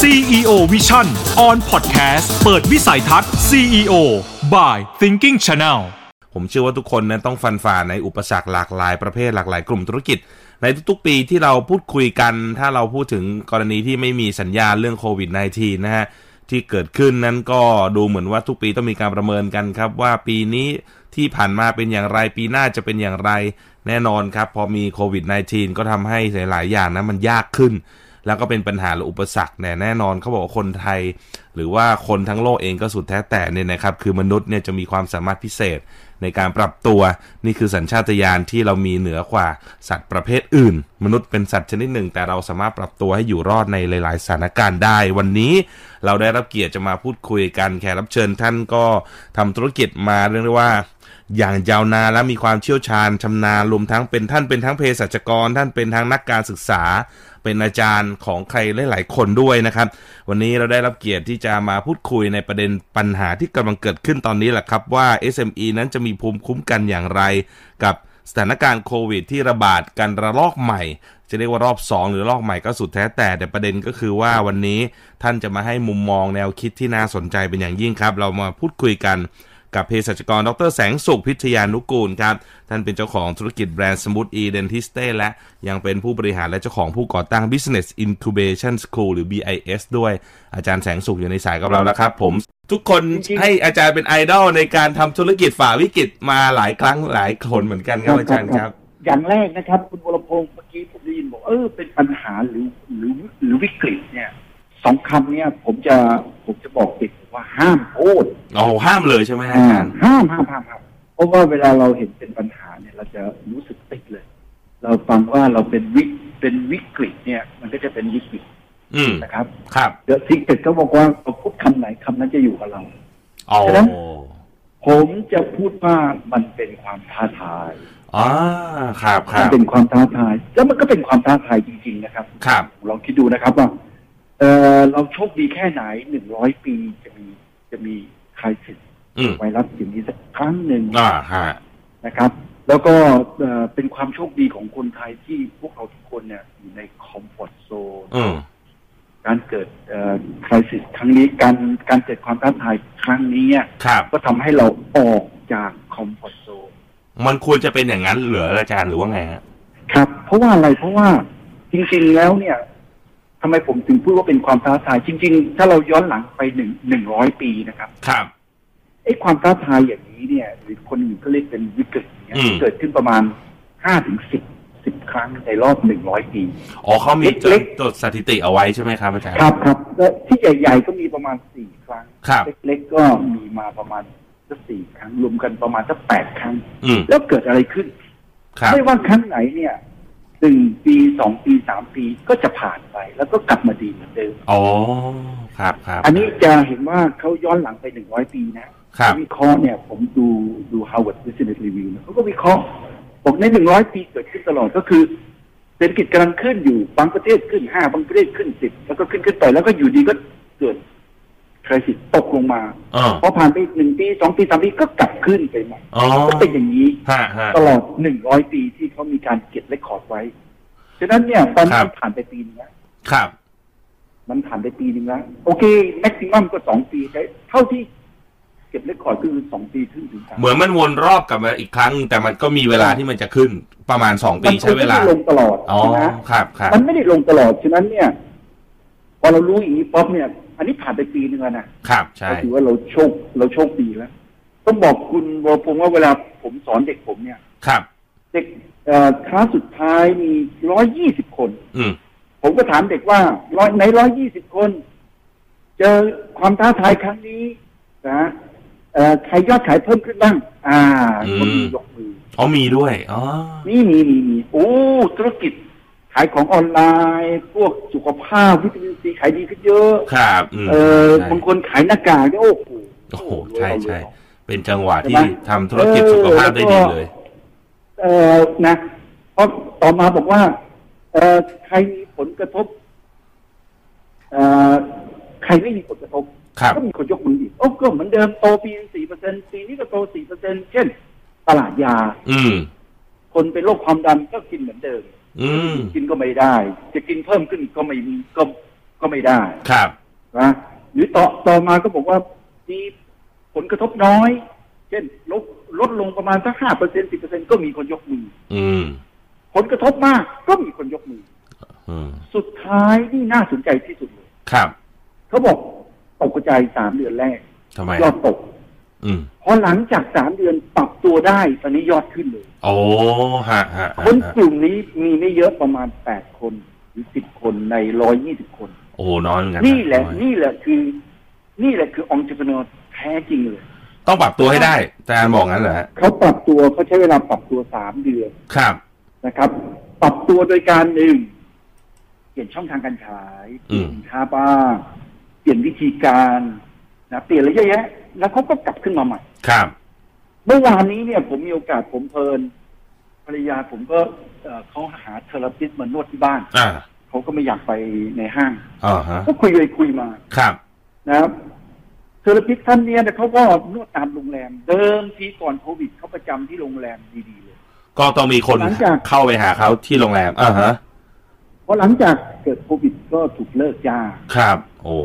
CEO Vision on Podcast เปิดวิสัยทัศน์ CEO by Thinking Channel ผมเชื่อว่าทุกคนนั้นต้องฟันฝ่าในอุปสรรคหลากหลายประเภทหลากหลายกลุ่มธุรกิจ ในทุกๆปีที่เราพูดคุยกัน ถ้าเราพูดถึงกรณีที่ไม่มีสัญญาณเรื่องโควิด -19 นะฮะ ที่เกิดขึ้นนั้นก็ดูเหมือนว่าทุกปีต้องมีการประเมินกันครับ ว่าปีนี้ที่ผ่านมาเป็นอย่างไรปีหน้าจะเป็นอย่างไรแน่นอนครับ พอมีโควิด -19 ก็ทำให้หลายๆอย่างนะมันยากขึ้น แล้วก็เป็นปัญหาหรืออุปสรรคเนี่ยแน่นอนเขาบอกว่าคนไทย หรือว่าคนทั้งโลกเองก็สุดแท้แต่เนี่ยนะครับคือมนุษย์เนี่ยจะมีความสามารถพิเศษในการปรับตัวนี่คือสัญชาตญาณที่เรามีเหนือกว่าสัตว์ประเภทอื่น มนุษย์เป็นสัตว์ชนิดหนึ่ง แต่เราสามารถปรับตัวให้อยู่รอดในหลาย ๆ สถานการณ์ได้ วันนี้เราได้รับเกียรติจะมาพูดคุยกันแขกรับเชิญท่านก็ทำธุรกิจมาเรียกได้ว่า อย่างยาวนานและมีความเชี่ยวชาญชำนาญรวมทั้งเป็นท่านเป็นทั้งเภสัชกร ท่านเป็นทั้งนักการศึกษา เป็นอาจารย์ของใครหลายๆคนด้วยนะครับ วันนี้เราได้รับเกียรติที่จะมาพูดคุยในประเด็นปัญหาที่กำลังเกิดขึ้นตอนนี้แหละครับว่า SME นั้นจะมีภูมิคุ้มกันอย่างไร กับสถานการณ์โควิดที่ระบาดกันระลอกใหม่ จะเรียกว่ารอบ 2 หรือรอบใหม่ก็สุดแท้แต่แต่ประเด็นก็คือว่าวันนี้ท่านจะมาให้มุมมองแนวคิดที่น่าสนใจเป็นอย่างยิ่งครับ เรามาพูดคุยกัน กับเภสัชกร ดรแสงสุขพิทยานุกูลครับ ท่านเป็นเจ้าของธุรกิจแบรนด์สมูทอีเดนทิสเต้และยังเป็นผู้บริหารและเจ้าของผู้ก่อตั้ง Business Incubation School หรือ BIS ด้วยอาจารย์แสงสุขอยู่ในสายกับเราแล้วครับ ผม ทุกคน จริงๆ ให้อาจารย์เป็นไอดอลในการทำธุรกิจฝ่าวิกฤตมาหลายครั้งหลายคนเหมือนกันครับอาจารย์ครับ อย่างแรกนะครับ คุณวรพงศ์เมื่อกี้ผมได้ยินบอกเออเป็นปัญหาหรือหรือหรือวิกฤตเนี่ยสองคำเนี่ยผมจะผมจะบอกติดว่าห้ามพูด อ๋อห้ามเลยใช่ไหมฮะอาจารย์ ห้ามห้ามห้ามห้ามเพราะว่าเวลาเราเห็นเป็นปัญหาเนี่ย เราจะรู้สึกติดเลย เราฟังว่าเราเป็นวิเป็นวิกฤตเนี่ย มันก็จะเป็นวิกฤต อืม นะครับ ครับ เดี๋ยวทิกเก็ตก็บอกว่าเราพูดคำไหนคำนั้นจะอยู่กับเรา อ๋อ ผมจะพูดว่ามันเป็นความท้าทาย อ๋อครับค มั รั น บ เป็นความท้าทาย แล้วมันก็เป็นความท้าทายจริง ๆ นะครับ ครับ ลองคิดดูนะครับว่าเออเราโชคดีแค่ไหนหนึ่งร้อยปีจะมีจะมีใครสิทธิ์ อืม ไวรัสอย่างนี้สักครั้งหนึ่ง อ่าฮะ นะครับ แล้วก็เอ่อเป็นความโชคดีของคนไทยที่พวกเราทุกคนเนี่ยอยู่ในคอมฟอร์ z โซน อืม การเกิดคริสิสครั้งนี้การการเกิดความท้าทายครั้งนี้เนี่ย ครับ ก็ทำให้เราออกจากคอมฟอร์ z โซน มันควรจะเป็นอย่างนั้นเหรออาจารย์หรือว่าไงฮะ ครับ เพราะว่าอะไรเพราะว่าจริงๆแล้วเนี่ยทำไมผมถึงพูดว่าเป็นความท้าทาย จริง ๆ ถ้าเราย้อนหลังไปหนึ่งหนึ่งร้อยปีนะครับ ครับ ไอ้ความท้าทายอย่างนี้เนี่ย หรือคนอื่นก็เรียกเป็นวิกฤตเนี่ย อืม เกิดขึ้นประมาณห้าถึงสิบสิบครั้งในรอบหนึ่งร้อยปี อ๋อเขามีจ เล็ ด ก จดสถิติเอาไว้ใช่ไหมครับอาจารย์ ครับครับและที่ใหญ่ ๆ ก็มีประมาณสี่ครั้ง ครับ เล็กๆก็มีมาประมาณสักสี่ครั้งรวมกันประมาณสักแปดครั้ง อืม แล้วเกิดอะไรขึ้น ครับ ไม่ว่าครั้งไหนเนี่ยหนึ่งปีสองปีสามปีก็จะผ่านไป แล้วก็กลับมาดีเหมือนเดิม อ๋อ ครับครับ อันนี้จะเห็นว่าเขาย้อนหลังไปหนึ่งร้อยปีนะครับ วิเคราะห์เนี่ยผมดูดู Harvard Business Review เนี่ยเขาก็วิเคราะห์บอกในหนึ่งร้อยปีเกิดขึ้นตลอดก็คือ เศรษฐกิจกำลังขึ้นอยู่บางประเทศขึ้นห้าบางประเทศขึ้นสิบแล้วก็ขึ้นขึ้นไปแล้วก็อยู่ดีก็เกิดคริสิตตกลงมา อ๋อ พอผ่านไปอีกหนึ่งปีสองปีสามปีก็กลับขึ้นไปใหม่ อ๋อ ก็เป็นอย่างนี้ ฮะฮะ ตลอด 100 ปีที่เขามีการเก็บเรคคอร์ดไว้ ฉะนั้นเนี่ยตอน ครั นี้ บ ผ่านไปปีนึงแล้ว ครับ มันผ่านไปปีนึงแล้ว โอเค แม็กซิมัมก็สองปีใช้เท่าที่เก็บเรคคอร์ดคือสองปีขึ้นถึงสาม เหมือนมันวนรอบกลับมาอีกครั้ง แต่มันก็มีเวลาที่มันจะขึ้นประมาณสองปี มั ใช้เวลา ไม่ได้ลงตลอด อ๋อ นะ ครับครับ มันไม่ได้ลงตลอด ฉะนั้นเนี่ย พอเรารู้อย่างนี้ป๊อปเนี่ย อันนี้ผ่านไปปีนึงแล้วนะ ครับ ใช่ ก็ถือว่าเราโชคเราโชคดีแล้ว ต้องบอกคุณวรพงศ์ว่าเวลาผมสอนเด็กผมเนี่ย ครับ เด็กเอ่อคลาสสุดท้ายมี 120 คน อืม ผมก็ถามเด็กว่าร้อยในร้อยยี่สิบคน เจอความท้าทายครั้งนี้นะเอ่อใครยอดขายเพิ่มขึ้นบ้าง อ่า อืม คนมียกมือ อ๋อมีด้วย อ๋อ นี่มีมีมีโอ้ธุรกิจ ขายของออนไลน์ พวกสุขภาพวิตามินซีขายดีขึ้นเยอะ ครับ อืม เออ ใช่ บางคนขายหน้ากากเนี่ยโอ้โห โอ้โห รวยเอา ใช่ใช่ รวยเอา เป็นจังหวะ ใช่ ที่ ไหม ทำธุรกิจสุขภาพได้ดีเลย เออนะเพราะต่อมาบอกว่า เออใครมีผลกระทบ เออใครไม่มีผลกระทบ ครับ ก็มีคนยกมืออีกโอ้ก็เหมือนเดิมโตปีสี่เปอร์เซ็นปีนี้ก็โตสี่เปอร์เซ็นเช่น ตลาดยา อืม คนเป็นโรคความดันก็กินเหมือนเดิม อืม กินก็ไม่ได้ จะกินเพิ่มขึ้นก็ไม่มีก็ ก็ไม่ได้ ครับ นะหรือต่อต่อมาก็บอกว่ามีผลกระทบน้อย เช่นลดลดลงประมาณสักห้าเปอร์เซ็นสิบเปอร์เซ็นก็มีคนยกมือ อืม ผลกระทบมากก็มีคนยกมือ อืม สุดท้ายนี่น่าสนใจที่สุดเลย ครับ เขาบอกตกใจายสามเดือนแรก ทำไม ยอดตก อืม พอหลังจากสามเดือนปรับตัวได้ตอนนี้ยอดขึ้นเลย โอ้ฮะฮะ ค ฮะ น ฮะ กลุ่มนี้มีไม่เยอะประมาณแปดคนหรือสิบคนในร้อยยี่สิบคน โอ้โหน้อยเหมือนกั นี่แหละ อย นี่แหละคือ นี่แหละคือองค์จิปนอแท้จริงเลย ต้องปรับตัวให้ได้อาจารย์บอกงั้นเหรอฮะ เขาปรับตัวเขาใช้เวลาปรับตัวสามเดือน ครับ นะครับ ปรับตัวโดยการหนึ่งเปลี่ยนช่องทางการขายเป อื ลี่ย ม นสินค้าบ้างเปลี่ยนวิธีการนะเปลี่ยนอะไรเยอะแยะ แล้วเขาก็กลับขึ้นมาใหม่ ครับ เมื่อวานนี้เนี่ยผมมีโอกาสผมเพลินภรรยาผมก็เอ่อเขาหาเทอราปิสต์มานวดที่บ้าน อ่า เขาก็ไม่อยากไปในห้าง อ่าฮะ ก็คุยไปคุยมา ครับ นะครับเทอราปิสต์ท่านเนี้ยเนี่ยเขาก็นวดตามโรงแรม เดิมทีก่อนโควิดเขาประจำที่โรงแรมดีๆเลย ก็ต้องมีคน หลังจาก เข้าไปหาเขาที่โรงแรมอ่าฮะ เพราะหลังจากเกิดโควิดก็ถูกเลิกจ้าง ครับ โอ้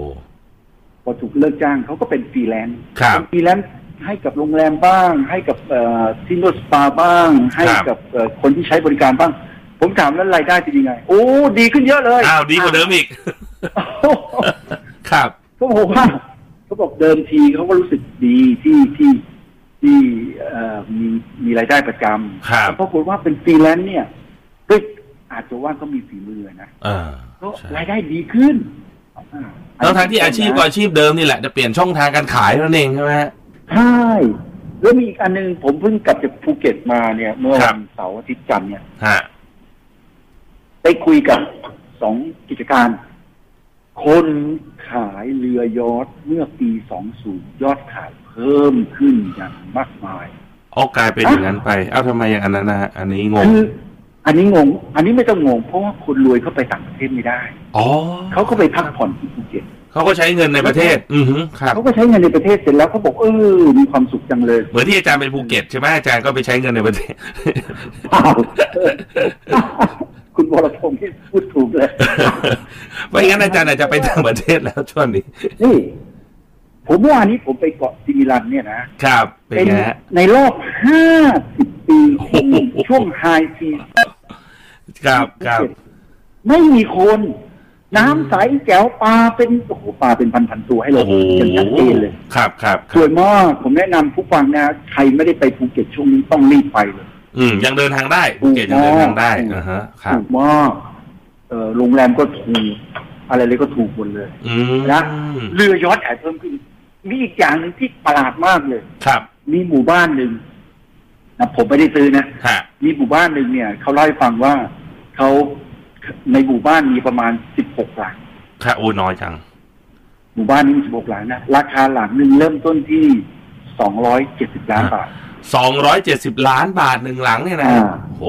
พอถูกเลิกจ้างเขาก็เป็นฟรีแลนซ์ ครับ เป็นฟรีแลนซ์ให้กับโรงแรมบ้าง ให้กับเอ่อที่นวดสปาบ้าง ให้กับเอ่อคนที่ใช้บริการบ้าง ผมถามแล้วรายได้เป็นยังไง โอ้ดีขึ้นเยอะเลย อ้าวดีกว่าเดิมอีก โอ้ ครับ เขาบอกว่าเขาบอกเดิมทีเขาก็รู้สึกดีที่ที่ที่เอ่อมีมีรายได้ประจำ ครับ แต่ปรากฏว่าเป็นฟรีแลนซ์เนี่ยด้วยอาจจะว่าเขามีฝีมือนะ อ่า ก็ ใช่ รายได้ดีขึ้นอ่า แล้วทั้งที่อาชีพก็อาชีพเดิมนี่แหละจะเปลี่ยนช่องทางการขายเท่านั้นเองใช่ไหมฮะ ใช่ แล้วมีอีกอันหนึงผมเพิ่งกลับจากภูเก็ตมาเนี่ย เมื่อ ครั วั บ นเสาร์อาทิตย์จันทร์เนี่ย ฮะ ไปคุยกับสองกิจการ คนขายเรือยอทเมื่อปี 20 ยอดขายเพิ่มขึ้นอย่างมากมาย ออกกลายเป็นอย่างนั้นไป เอ้าทำไมอย่างอันนั้นนะฮะอันนี้งง คือ อันนี้งง อันนี้ไม่ต้องงง เพราะว่าคนรวยเข้าไปต่างประเทศไม่ได้ อ๋อ เขาก็ไปพักผ่อนที่ภูเก็ต เขาก็ใช้เงินในประเทศ อือฮึครับ เขาก็ใช้เงินในประเทศเสร็จแล้วเขาบอกเออมีความสุขจัง เลย เหมือนที่อาจารย์ไปภูเก็ตใช่ไหมอาจารย์ก็ไปใช้เงินในประเทศ อ้าว คุณวรพงศ์ที่พูดถูกเลย ไม่งั้นอาจารย์อาจจะไปต่างประเทศแล้วช่วงนี้ นี่ผมเมื่อวานนี้ผมไปเกาะซิมิลันเนี่ยนะครับ เป็นไงฮะ ในรอบห้าสิบปีที่ โอ้โห ช่วงไฮซี ครับครับ ไม่มีคน น้ำใสแก้วปลาเป็นโอ้โหปลาเป็นพันพันๆตัวให้เรา โอ้โห เห็นอย่างชัดเจนเลย ครับครับค ส รับ วยมากผมแนะนำผู้ฟังนะใครไม่ได้ไปภูเก็ตช่วงนี้ต้องรีบไปเลย อืมยังเดินทางได้ภูเก็ตยังเดินทางได้ ถูก อ่าฮะ ครับ ถูกมากเอ่อโรงแรมก็ถูกอะไรเลยก็ถูกหมดเลย อื นะ ม เรือยอชต์อาจเพิ่มขึ้น มีอีกอย่างหนึ่งที่ประหลาดมากเลย ครับ มีหมู่บ้านหนึ่งนะผมไม่ได้ซื้อนะ ฮะ มีหมู่บ้านหนึ่งเนี่ยเขาเล่าให้ฟังว่าเขาในหมู่บ้านมีประมาณสิบหกหลัง ค่ะโอ้น้อยจัง หมู่บ้านนี้สิบหกหลังนะราคาหลังหนึ่งเริ่มต้นที่สองร้อยเจ็ดสิบล้านบาท สองร้อยเจ็ดสิบล้านบาทหนึ่งหลังเนี่ยนะ อ่า โห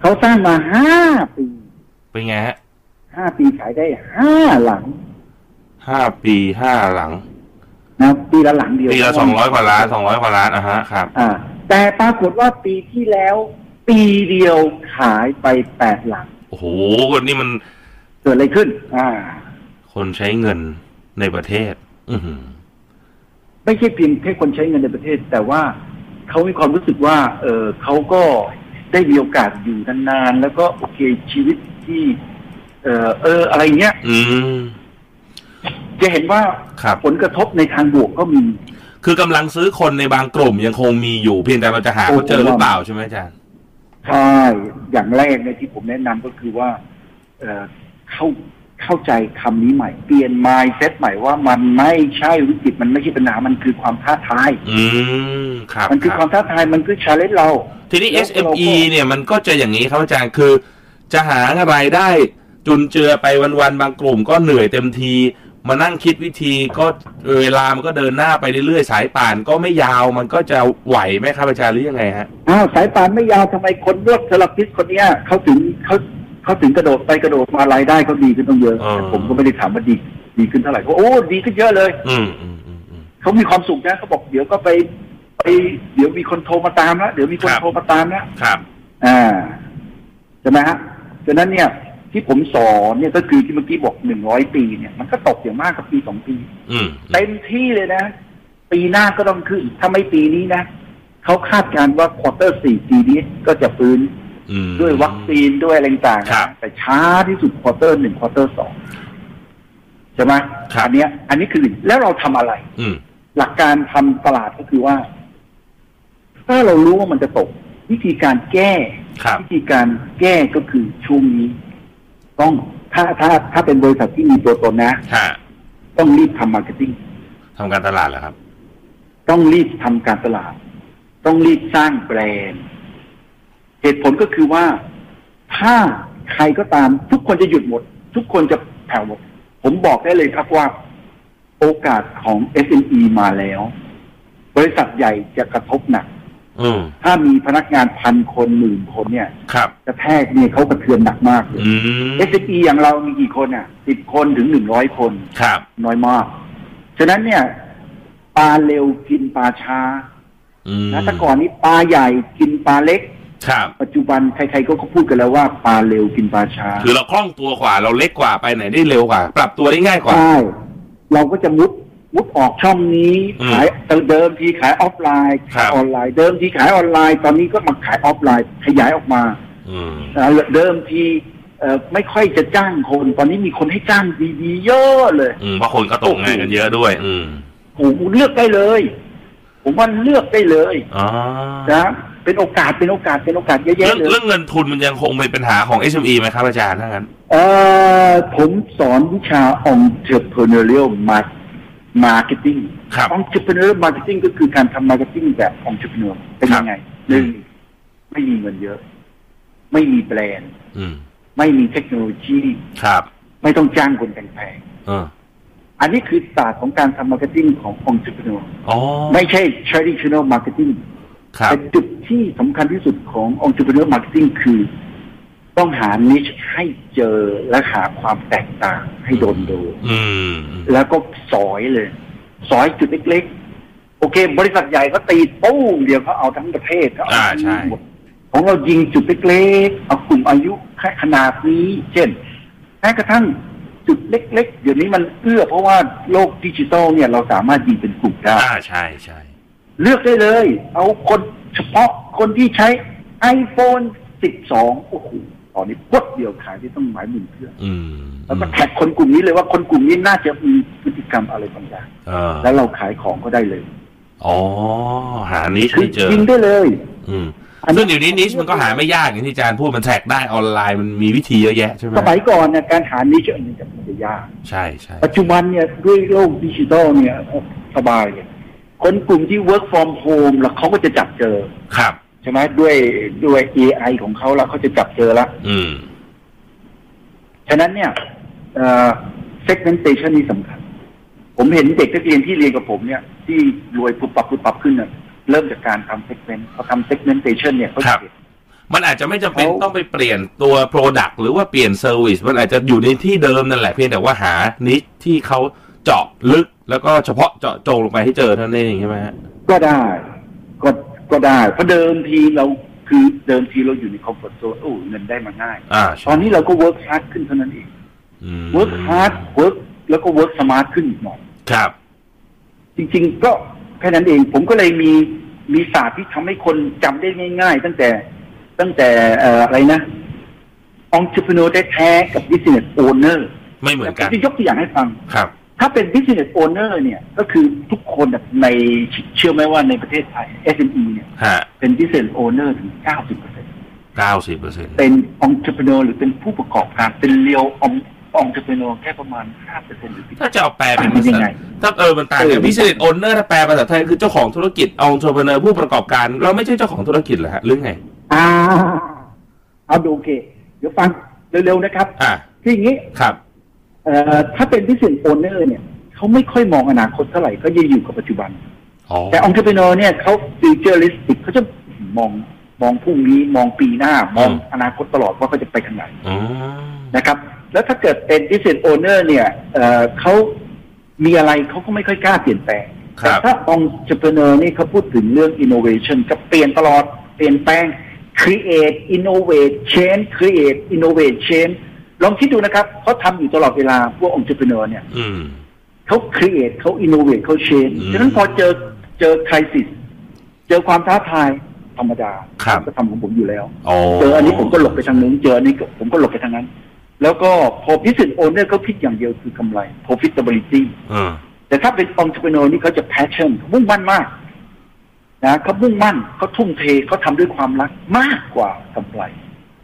เขาสร้างมาห้าปี เป็นไงฮะ ห้าปีขายได้ห้าหลัง ห้าปีห้าหลัง นะปีละหลังเดียว ปีละสองร้อยกว่าล้านสองร้อยกว่าล้านอ่ะฮะ ครับ อ่า แต่ปรากฏว่าปีที่แล้ว ปีเดียวขายไปแปดหลัง โอ้โห คนนี้มัน เกิดอะไรขึ้น อ่า คนใช้เงินในประเทศ อือหือ ไม่ใช่เพียงแค่คนใช้เงินในประเทศ แต่ว่าเขามีความรู้สึกว่า เออเขาก็ได้มีโอกาสอยู่นานๆแล้วก็โอเคชีวิตที่ เออเอออะไรเงี้ย อืม จะเห็นว่า ครับ ผลกระทบในทางบวกก็มี คือกำลังซื้อคนในบางกลุ่มยังคงมีอยู่เพียงแต่เราจะหาเขาเจอหรือเปล่าใช่ไหมอาจารย์ ใช่ อย่างแรกเนี่ยที่ผมแนะนำก็คือว่า เออเข้าเข้าใจคำนี้ใหม่ เปลี่ยน mindset ใหม่ว่ามันไม่ใช่วิกฤตมันไม่ใช่ปัญหามันคือความท้าทาย อืม ครับ มันคือ รับ ความท้าทายมันคือ challenge เรา ทีนี้ แล้วเราก็ SME เนี่ยมันก็จะอย่างนี้ครับอาจารย์คือ จะหาอะไรายได้จุนเจือไปวันๆบางกลุ่มก็เหนื่อยเต็มที มานั่งคิดวิธีก็เวลามันก็เดินหน้าไปเรื่อยๆ สายป่านก็ไม่ยาวมันก็จะไหวไหมครับอาจารย์หรือยังไงฮะ อ้าวสายป่านไม่ยาวทำไมคนนวดเทอราพิสต์คนเนี้ยเขาถึงเขาเขาถึงกระโดดไปกระโดดมารายได้เขาดีขึ้นต้องเยอะ อ่า แต่ผมก็ไม่ได้ถามว่าดีดีขึ้นเท่าไหร่เขาบอกโอ้ดีขึ้นเยอะเลย อืมอืมอืมอืม เขามีความสุขนะเขาบอกเดี๋ยวก็ไปไป เดี๋ยวมีคนโทรมาตามแล้วเดี๋ยวมีคน ครับ โทรมาตามแล้ว ครับ อ่าใช่ไหมฮะฉะนั้นเนี่ย ที่ผมสอนเนี่ยก็คือที่เมื่อกี้บอกหนึ่งร้อยปีเนี่ยมันก็ตกอย่างมากกับปีสองปี อืม เต็มที่เลยนะ ปีหน้าก็ต้องขึ้น ถ้าไม่ปีนี้นะเขาคาดการณ์ว่าควอเตอร์สี่ปีนี้ก็จะฟื้น อืม ด้วยวัคซีนด้วยอะไรต่างๆ ครับ นะแต่ช้าที่สุดควอเตอร์หนึ่งควอเตอร์สองใช่ไหม ครับ อัเนี้ย อันนี้คือหนึ่งแล้วเราทำอะไร อืม หลักการทำตลาดก็คือว่า ถ้าเรารู้ว่ามันจะตก วิธีการแก้ ครับ วิธีการแก้ก็คือช่วงนี้ ต้องถ้าถ้าถ้าเป็นบริษัทที่มีตัวตนนะ ค่ะ ต้องรีบทำมาร์เก็ตติ้ง ทำการตลาดเหรอครับ ต้องรีบทำการตลาด ต้องรีบสร้างแบรนด์ เหตุผลก็คือว่าถ้าใครก็ตาม ทุกคนจะหยุดหมด ทุกคนจะแผ่วหมด ผมบอกได้เลยครับว่า โอกาสของ SME มาแล้ว บริษัทใหญ่จะกระทบหนัก อืม ถ้ามีพนักงานพันคนหมื่นคนเนี่ย ครับ กระแทกเนี่ยเขากระเทือนหนักมากเลย อืม SME อย่างเรามีกี่คนอ่ะสิบคนถึงหนึ่งร้อยคน ครับ น้อยมาก ฉะนั้นเนี่ยปลาเร็วกินปลาช้า อืม นะแต่ก่อนนี้ปลาใหญ่กินปลาเล็ก ครับ ปัจจุบันใครๆก็พูดกันแล้วว่าปลาเร็วกินปลาช้า คือเราคล่องตัวกว่าเราเล็กกว่าไปไหนได้เร็วกว่า ปรับตัวได้ง่ายกว่า ใช่เราก็จะมุดมุดออกช่องนี้ อืม ขายเดิมทีขายออฟไลน์ ครับขายออนไลน์เดิมทีขายออนไลน์ ตอนนี้ก็มาขายออฟไลน์ ขยายออกมา อืม เอ่อเดิมทีเอ่อไม่ค่อยจะจ้างคน ตอนนี้มีคนให้จ้างดีๆเยอะเลย อืมเพราะคนก็ตกงานกันเยอะด้วย อืม ผมเลือกได้เลย ผมว่าเลือกได้เลย อ๋อ นะเป็นโอกาสเป็นโอกาสเป็นโอกาสเยอะ เรื่อง แยะเลย เรื่องเงินทุนมันยังคงเป็นปัญหาของ SME ไหมครับอาจารย์ถ้างั้น เอ่อผมสอนวิชา entrepreneurial mar- marketing ครับ entrepreneurial marketing ก็คือการทำ marketing แบบ entrepreneur เป็นยังไงหนึ่งไม่มีเงินเยอะ ไม่มีแบรนด์ อืม ไม่มีเทคโนโลยี ครับ ไม่ต้องจ้างคนแพง เออ ๆอันนี้คือศาสตร์ของการทำ marketing ของ entrepreneur อ๋อ ไม่ใช่ traditional marketing ครับ แต่จุดที่สำคัญที่สุดของ entrepreneur marketing คือ ต้องหา niche ให้เจอและหาความแตกต่างให้โดนดู อืมอืม แล้วก็สอยเลย สอยจุดเล็กๆ โอเค บริษัทใหญ่ก็ตีปุ้งเดียวเขาเอาทั้งประเทศเขา อ่า เอา ใช่ หมดของเรายิงจุดเล็กๆ เอากลุ่มอายุขนาดนี้ เช่นแม้กระทั่งจุดเล็กๆ เดี๋ยวนี้มันเอื้อเพราะว่าโลกดิจิตอลเนี่ยเราสามารถยิงเป็นกลุ่มได้ อ่าใช่ใช่ เลือกได้เลย เอาคนเฉพาะคนที่ใช้ iPhone 12 โอ้โห ตอนนี้พวดเดียวขายที่ต้องหมายหมื่นเครื่อง อืม แล้วก็แท็กคนกลุ่มนี้เลยว่าคนกลุ่มนี้น่าจะมีพฤติกรรมอะไรบางอย่าง เออ แล้วเราขายของก็ได้เลย อ๋อ หานิชไม่เจอ ยิงได้เลย อืม อันนี้ ซึ่งเดี๋ยวนี้นิชมันก็หาไม่ยากอย่างที่อาจารย์พูดมันแท็กได้ออนไลน์มันมีวิธีเยอะแยะใช่ไหม สมัยก่อนเนี่ยการหานิชอันนี้จะมันจะยาก ใช่ใช่ ปัจจุบันเนี่ยด้วยโลกดิจิทัลเนี่ยสบายเลยคนกลุ่มที่ work from home แล้วเขาก็จะจับเจอ ครับ ใช่ไหมด้วยด้วย AI ของเขาแล้วเขาจะจับเจอละ อืม ฉะนั้นเนี่ยเอ่อ segmentation นี่สำคัญ ผมเห็นเด็กนักเรียนที่เรียนกับผมเนี่ย ที่รวยปุบปับปุบปับขึ้นเนี่ยเริ่มจากการทำ segment พอทำ segmentation เนี่ยเขา ครั จะ บ เห็น มันอาจจะไม่จำเป็น เขา ต้องไปเปลี่ยนตัว Product หรือว่าเปลี่ยน Service มันอาจจะอยู่ในที่เดิมนั่นแหละเพียงแต่ว่าหานิชที่เขาเจาะลึกแล้วก็เฉพาะเจาะจงลงไปให้เจอเท่านั้นเองใช่ไหมฮะ ก็ได้ก็ก็ได้เพราะเดิมทีเราคือเดิมทีเราอยู่ในคอมฟอร์ z โซนโอ้เงินได้มาง่าย อ่า ตอนนี้เราก็เวิร์กฮาร์ดขึ้นเท่านั้นเองเวิร์กฮาร์ดเวิร์กแล้วก็เวิร์กสมาร์ทขึ้นอีกหน่อย ครับ จริง ๆ ก็แค่นั้นเองผมก็เลยมีมีศาสตร์ที่ทำให้คนจำได้ง่าย ๆ ตั้งแต่ตั้งแต่เอ่ออะไรนะองค์ r e n น u แท้ๆกับ business owner ไม่เหมือนกัน แต่ผมจะยกตัวอย่างให้ฟัง ครับ ถ้าเป็น business owner เนี่ยก็คือทุกคนน่ะในเชื่อไหมว่าในประเทศไทย SME เนี่ย ฮะ เป็นดิเซลโอเนอร์ถึง 90% เก้าสิบเปอร์เซ็นต์ เป็นองค์ e p r e n e u r หรือเป็นผู้ประกอบการ เป็นเรียวององค์ e p r e n e u r แค่ประมาณ 5%หรือ ถ้าจะเอาแปลเป็น ต่างภากันยั ษาง ไง ถ้าเออมันต่าง เอ กัน อ พิเศษโอนเนอร์ถ้าแปลภาษาไทยคือเจ้าของธุรกิจองค์ประกอบผู้ประกอบการ เราไม่ใช่เจ้าของธุรกิจเหรอฮะหรือไง 10%อ่าเอาดูโอเค เดี๋ยวฟังเร็วๆนะครับ อ่า คืออย่างนี้ ครับ เอ่อถ้าเป็นดิเซลโอเนอร์เนี่ย เขาไม่ค่อยมองอนาคตเท่าไหร่ก็ยังอยู่กับปัจจุบัน อ๋อ แต่องค์ e p r e n e u r เนี่ยเขาฟิวเจอริสติกเขาจะมองมองพรุ่งนี้มองปีหน้า มอง อืม อนาคตตลอดว่าเขาจะไปทางไหน อ๋อ นะครับแล้วถ้าเกิดเป็น business owner เนี่ยเอ่อเขามีอะไรเขาก็ไม่ค่อยกล้าเปลี่ยนแปลง ค แต่ รับ ถ้าองค์จ r เปเนอร์นี่เขาพูดถึงเรื่อง innovation จะเปลี่ยนตลอดเปลี่ยนแปลง create innovate change create innovate change ลองคิดดูนะครับเขาทำอยู่ตลอดเวลาพวกองค์จุเนอร์เนี่ย อืม เขาครีเอทเขาอินโนเวทเขาเชน อืม ฉะนั้นพอเจอเจอคริสิสเจอความท้าทายธรรมดา ครับ ก็ทำของผมอยู่แล้ว โอ้ เจออันนี้ผมก็หลบไปทางนู้นเจออันนี้ก็ผมก็หลบไปทางนั้น แล้วก็พอพิสูจน์โอนเนอร์เขาคิดอย่างเดียวคือกำไร profitability อืม แต่ถ้าเป็นองค์ r ร n น u r นี่เขาจะ passion เขามุ่งมั่นมากนะเขามุ่งมั่นเขาทุ่มเทเขาทำด้วยความรักมากกว่ากำไร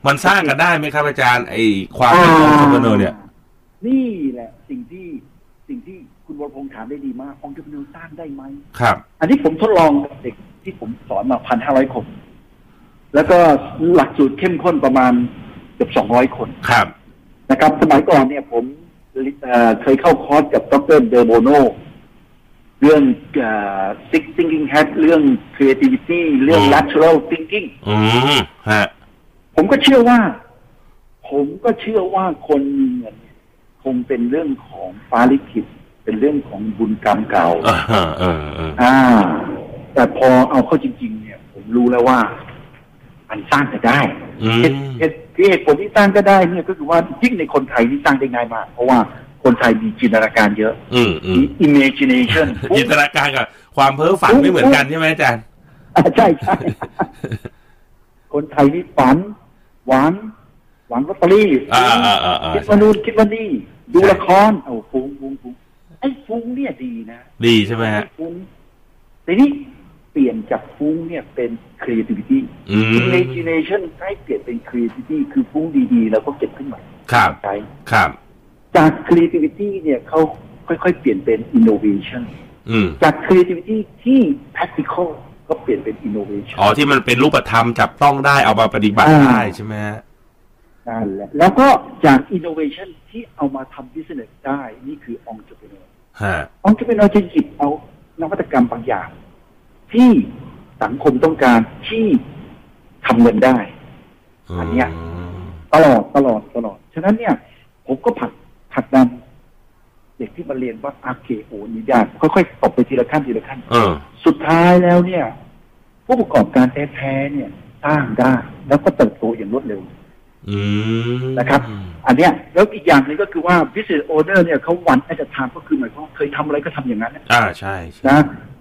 มันสร้างกันได้ไหมครับอาจารย์ไอความเป็นองค์กรเนี่ย นี่แหละสิ่งที่สิ่งที่คุณวรพงษ์ถามได้ดีมากองค์ r ร n น u r สร้างได้ไหม ครับ อันนี้ผมทดลองกับเด็กที่ผมสอนมาพันห้าร้อยคน แล้วก็หลักสูตรเข้มข้นประมาณเกือบสองร้อยคน ครับ นะครับสมัยก่อนเนี่ยผมเอ่อเคยเข้าคอร์สกับดรเดอร์โบโนเรื่องซิก thinking hat เรื่อง creativity เรื่อง อืม lateral thinking อืมฮะ ผมก็เชื่อว่า ผมก็เชื่อว่าคนมีเงินเนี่ยคงเป็นเรื่องของฟ้าลิขิตเป็นเรื่องของบุญกรรมเก่า เออเออเออ อ่า แต่พอเอาเข้าจริง ๆ เนี่ย ผมรู้แล้วว่า มันสร้างจะได้ อื เหตุ ม เหตุที่เหตุผลที่สร้างก็ได้เนี่ยก็คือว่ายิ่งในคนไทยนี่สร้างได้ง่ายมาก เพราะว่าคนไทยมีจินตนาการเยอะ อืมอื มี ม imagination จินตนาการกับความเพ้อฝันไม่เหมือนกันใช่ไหมอาจารย์ อ่าใช่ใช่คนไทยนี่ฝัน หวัง หวังลอตเตอรี่ อ่าอ่าอ่าอ่า คิดว่านู่นคิดว่านี่ ดูละครเอาฟุ้งฟุ้งฟุ้งไอ้ฟุ้งเนี่ยดีนะ ดีใช่ไหม ไอ้ ฮะ ฟุ้งทีนี้เปลี่ยนจากฟุ้งเนี่ยเป็น creativity อืม imagination ให้เปลี่ยนเป็น creativity คือฟุ้งดีๆ แล้วก็เก็บขึ้นมา ครับ ใช้ ครับ จาก creativity เนี่ยเขาค่อยๆ เปลี่ยนเป็น innovation อืม จาก creativity ที่ practical ก็เปลี่ยนเป็น innovation อ๋อที่มันเป็นรูปธรรมจับต้องได้เอามาปฏิบัติได้ใช่ไหมฮะ นั่นแหละแล้วก็จาก innovation ที่เอามาทำ business ได้นี่คือ entrepreneur ฮะ entrepreneur จะหยิบเอานวัตกรรมบางอย่าง ที่สังคมต้องการที่ทำเงินได้ อันเนี้ย ม ตลอดตลอดตลอด ฉะนั้นเนี่ย ผมก็ผลักผลักดันเด็กที่มาเรียนว่าอาเคโอนี่ยากค่อยๆตบไปทีละขั้นทีละขั้น เออ สุดท้ายแล้วเนี่ย ผู้ประกอบการแท้ๆเนี่ยสร้างได้แล้วก็เติบโตอย่างรวดเร็ว อืม นะครับ อันเนี้ยแล้วอีกอย่างหนึ่งก็คือว่า business owner เนี่ยเขาวันอาจจะทำก็คือหมายความว่าเคยทำอะไรก็ทำอย่างนั้น อ่าใช่ใช่ นะ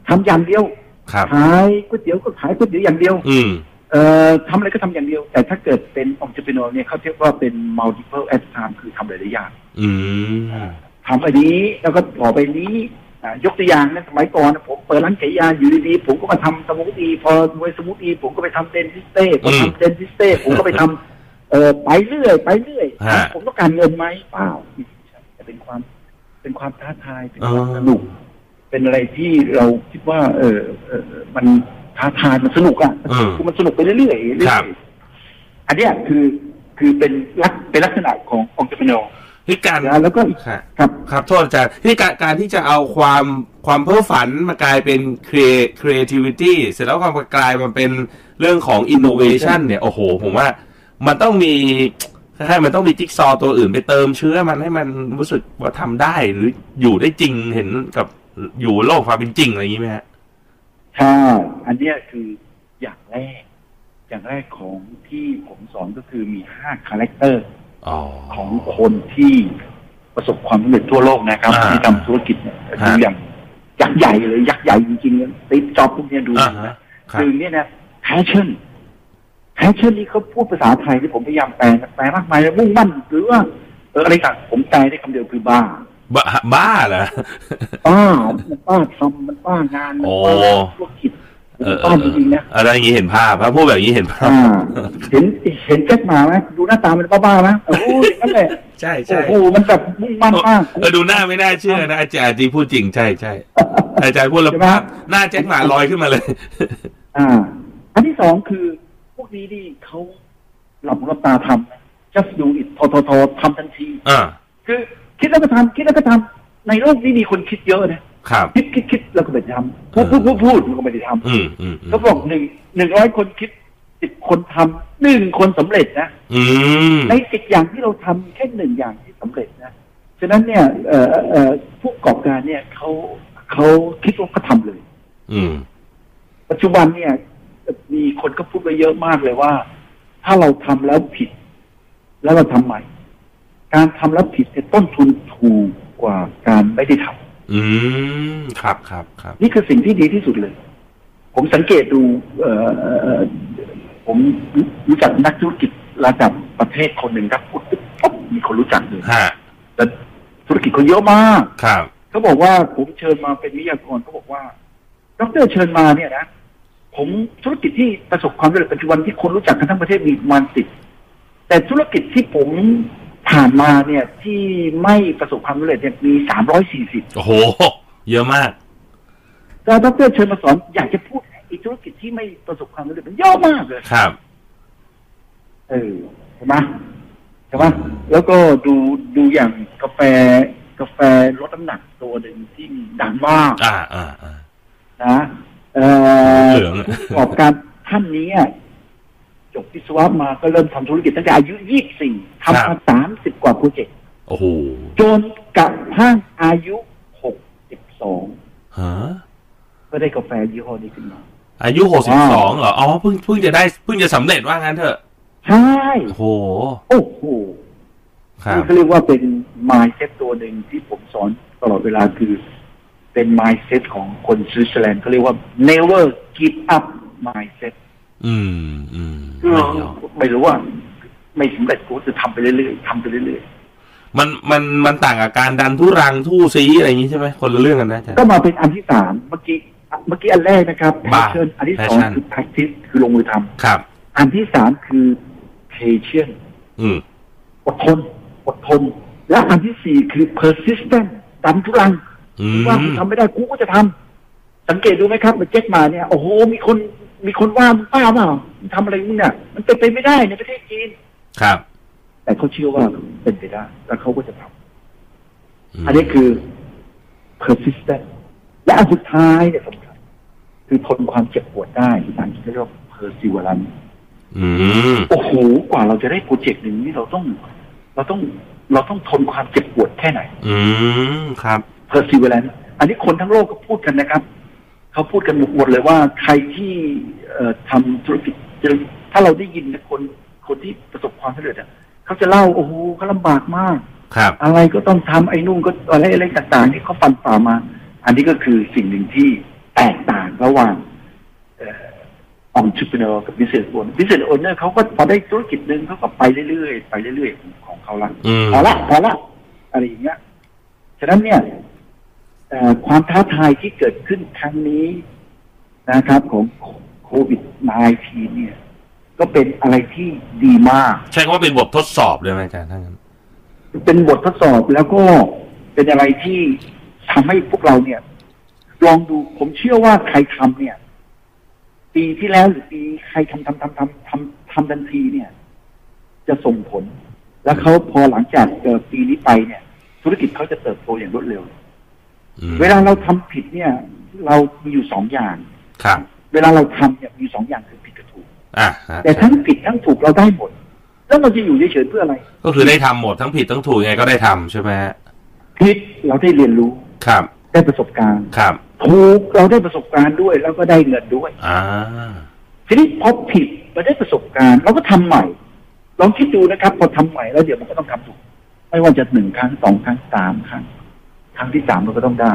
ทำอย่างเดียว ครับ ขายก๋วยเตี๋ยวก็ขายก๋วยเตี๋ยวอย่างเดียว อืม เอ่อทำอะไรก็ทำอย่างเดียว แต่ถ้าเกิดเป็น entrepreneur เนี่ยเขาเรียกว่าเป็น multiple at time คือทำหลายๆอย่าง อืม ทำอันนี้แล้วก็ต่อไปนี้อ่ายกตัวอย่างนะสมัยก่อนนะผมเปิดร้านขายยาอยู่ดีๆผมก็มาทำสมูทตีพอด้วยสมูทตีผมก็ไปทำเดนทิสเต้พอ อืม ทำเดนทิสเต้ผมก็ไปทำเออไปเรื่อย ไปเรื่อย ฮะ ผมต้องการเงินไหมเปล่าแต่เป็นความเป็นความท้าทายเป็นความสนุก เป็นอะไรที่เราคิดว่า เออเออเออมันท้าทายมันสนุกอ่ะ อืม คือมันสนุกไปเรื่อยๆเรื่อยๆ ครับ อันเนี้ยคือคือเป็นลักเป็นลักษณะขององค์กร ที่การ นะแล้วก็อีก ครับ ครับ ครับโทษอาจารย์ที่การการที่จะเอาความความเพ้อฝันมากลายเป็น crea- creativity เสร็จแล้วความกลายมาเป็นเรื่องของ innovation เนี่ย โอ้โห ผมว่ามันต้องมีให้ายๆมันต้องมีจิ๊กซอว์ตัวอื่นไปเติมเชื้อมันให้มันรู้สึกว่าทำได้หรืออยู่ได้จริงเห็นกับอยู่โลกความเป็นจริงอะไรอย่างนี้ไหมฮะ ใช่อันเนี้ยคืออย่างแรก อย่างแรกของที่ผมสอนก็คือมีห้าคาแรคเตอร์ อ๋อ ของคนที่ประสบความสำเร็จทั่วโลกนะครับ อ่า ที่ทำธุรกิจเนี่ย ฮะ ดูอย่างยักษ์ใหญ่เลยยักษ์ใหญ่จริงๆติดจอบพวกเนี้ยดู อ่าฮะครับ คือเนี่ยนะ passion passion นี่เขาพูดภาษาไทยที่ผมพยายามแปลนะแปลมากมายมุ่งมั่น หรือว่าเอออะไรต่างผมแปลได้คำเดียวคือบ้า บ้าบ้าเหรอ บ้ามันบ้าทำมันบ้างานมันบ้า โอ้ ธุรกิจมัน เออเอ บ้า อ จริงๆนะ เอออะไรอย่างนี้เห็นภาพพะพูดแบบนี้เห็นภาพ อ่าเห็นเห็นแจ็คหมาไหมดูหน้าตามันบ้าๆไหมโอ้โหอย่างนั่นแหละ ใช่ โอ้ ใช่ โหมันแบบมุ่งมั่นมาก เออดูหน้าไม่น่าเชื่อ นะอาจารย์ที่พูดจริงใช่ใช่ อาจารย์พูดแล้ว ใช่ไหม ภาพหน้าแจ็คหมาลอยขึ้นมาเลย อ่า อันที่สองคือพวกนี้นี่เขาหลับรับตาทำนะ just do it ทอทอทอทำทันที อ่า คือคิดแล้วก็ทำคิดแล้วก็ทำในโลกนี้มีคนคิดเยอะนะครับ คิดคิดคิดแล้วก็ไม่ได้ทำพูดพูดพูดพูดมันก็ไม่ได้ท อืมอืม ำเขาบอกหนึ่งหนึ่งร้อยคนคิดสิบคนทำหนึ่งคนสำเร็จนะ อืม ในสิบอย่างที่เราทำแค่หนึ่งอย่างที่สำเร็จนะ ฉะนั้นเนี่ยเอ่อเอ่อผู้ประกอบการเนี่ยเขาเขาคิดว่าเขาทำเลย อืม ปัจจุบันเนี่ยมีคนก็พูดไปเยอะมากเลยว่า ถ้าเราทำแล้วผิด แล้วเราทำใหม่ การทำแล้วผิดเนี่ยต้นทุนถูกกว่าการไม่ได้ท อืมครับครับครับ ำนี่คือสิ่งที่ดีที่สุดเลย ผมสังเกตดูเอ่อเอ่อผมรู้จักนักธุรกิจระดับประเทศคนหนึ่งครับพูดปุ๊บปุ๊บมีคนรู้จักเลย ฮะ แต่ธุรกิจคนเยอะมาก ครับ เขาบอกว่าผมเชิญมาเป็นวิทยากรเขาบอกว่าดรเชิญมาเนี่ยนะ ผมธุรกิจที่ประสบความสำเร็จปัจจุบันที่คนรู้จักกันทั้งประเทศมีประมาณสิบแต่ธุรกิจที่ผมผ่านมาเนี่ย ที่ไม่ประสบความสำเร็จเนี่ยมีสามร้อยสี่สิบ โอ้โห เยอะมาก แต่ดรเชิญมาสอนอยากจะพูดไอีธุรกิจที่ไม่ประสบความสำเร็จมันเยอะมากเลย ครับ เออใช่ไหมใช่ไหมแล้วก็ดูดูอย่างกาแฟกาแฟลดน้ำหนักตัวหนึ่งที่ดังมาก อ่าอ่าอ่า นะเอ่อ เหลืองอะ ผู้ประกอบการท่านนี้อะจบวิศวะมาก็เริ่มทำธุรกิจตั้งแต่อายุ 24ทำมา30 กว่าโปรเจกต์ โอ้โห จนกระทั่งอายุ 62 ฮะ ก็ได้กาแฟยี่ห้อนี้ขึ้นมา อายุหกสิบสองเหรอ อ๋อเพิ่งเพิ่งจะได้เพิ่งจะสำเร็จว่างั้นเถอะ ใช่ โอ้โห โอ้โห ครับ นี่เขาเรียกว่าเป็น mindset ตัวหนึ่งที่ผมสอนตลอดเวลาคือเป็น mindset ของคนสวิตเซอร์แลนด์เขาเรียกว่า never give up mindset อืมอืม ไม่ ไม่ยอม รู้ว่า ไม่สำเร็จกูจะทำไปเรื่อยๆทำไปเรื่อย มันมันมันต่างกับการดันทุรังทู่ซีอะไรอย่างนี้ใช่ไหมคนละเรื่องกันนะอาจาร ๆ ย์ ก็มาเป็นอันที่สามเมื่อกี้อ่ะเมื่อกี้อันแรกนะครับ บ้า passion อันที่สอง passion คือ practice คือลงมือทำ ครับ อันที่สามคือ patience อืม อดทนอดทน และอันที่สี่คือ persistent ดันทุรัง อืม ว่ากูทำไม่ได้กูก็จะทำสังเกตดูไหมครับมาเจ็คมาเนี่ยโอ้โหมีคนมีคนว่ามึงป้าเปล่ามึงทำอะไรมึงเนี่ยมันเป็นไปไม่ได้ในประเทศจีน ครับ แต่เขาเชื่อว่าเป็นไปได้แล้วเขาก็จะทำ ม อันนี้คือ persistent และอันสุดท้ายเนี่ยสำคัญคือทนความเจ็บปวดได้ที่ต่างที่เรียกว่า perseverance อืม โอ้โห กว่าเราจะได้โปรเจกต์หนึ่งนี่เราต้อง เราต้องเราต้องทนความเจ็บปวดแค่ไหน อืม ครับ perseverance อันนี้คนทั้งโลกก็พูดกันนะครับ เขาพูดกันหมดเลยว่าใครที่เอ่อทำธุรกิจถ้าเราได้ยินคนคนที่ประสบความสำเร็จอะเขาจะเล่าโอ้โหเขาลำบากมาก ครับ อะไรก็ต้องทำไอ้นุ่งก็อะไรอะไรต่างๆที่เขาฟันฝ่ามา อันนี้ก็คือสิ่งหนึ่งที่แตกต่างระหว่างออมชูเปเนอร์กับบิสเ e สโอนบิสเ e สโอนเนอร์เขาก็พอได้ธุรกิจหนึ่งเขาก็ไปเรื่อยๆ ไปเรื่อยๆ ของเขาละ อืม พอละพอละอะไรอย่างเงี้ยฉะนั้นเนี่ยเอ่อความท้าทายที่เกิดขึ้นครั้งนี้นะครับ ของโควิด -19 เนี่ย ก็เป็นอะไรที่ดีมาก ใช่คำว่าเป็นบททดสอบเลยไหมอาจารย์ถ้างั้น เป็นบททดสอบแล้วก็เป็นอะไรที่ทำให้พวกเราเนี่ย ลองดูผมเชื่อว่าใครทำเนี่ย ปีที่แล้วหรือปีใครทำทำทำทำทำทำทันทีเนี่ย จะส่งผล แล้วเขาพอหลังจากเอ่อปีนี้ไปเนี่ย ธุรกิจเขาจะเติบโตอย่างรวดเร็ว อืม เวลาเราทำผิดเนี่ย เรามีอยู่สองอย่าง ครับ เวลาเราทำเนี่ยมีสองอย่างคือผิดกับถูก อ่ะฮะ แต่ทั้งผิดทั้งถูกเราได้หมด แล้วเราจะอยู่เฉยๆเพื่ออะไร ก็คือได้ทำหมดทั้งผิดทั้งถูกยังไงก็ได้ทำใช่ไหมฮะ ผิดเราได้เรียนรู้ ครับ ได้ประสบการณ์ ครับ ถูกเราได้ประสบการณ์ด้วยแล้วก็ได้เงินด้วย อ่า ทีนี้พอผิดเราได้ประสบการณ์ เราก็ทำใหม่ ลองคิดดูนะครับ พอทำใหม่แล้วเดี๋ยวมันก็ต้องทำถูก ไม่ว่าจะหนึ่งครั้งสองครั้งสามครั้งครั้งที่สามเราก็ต้องได้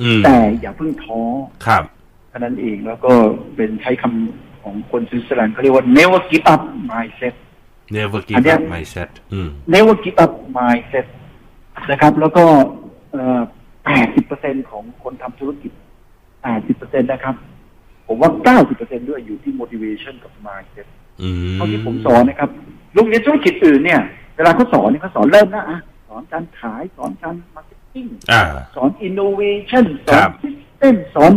อืม แต่อย่าเพิ่งท้อ ครับ เท่านั้นเองแล้วก็เป็นใช้คำของคนสวิตเซอร์แลนด์เขาเรียกว่า never give up mindset never อัน give เนี้ย up mindset อืม never give up mindset นะครับ แล้วก็เอ่อ80%ของคนทำธุรกิจ 80%นะครับ ผมว่า 90%ด้วยอยู่ที่ motivation กับ mindset อืม เท่าที่ผมสอนนะครับโรงเรียนธุรกิจอื่นเนี่ย เวลาเขาสอนเนี่ยเขาสอนเริ่มนะอ่ะสอนการขายสอนการ marketing อ่า สอน innovation สอ ครั น บ system สอน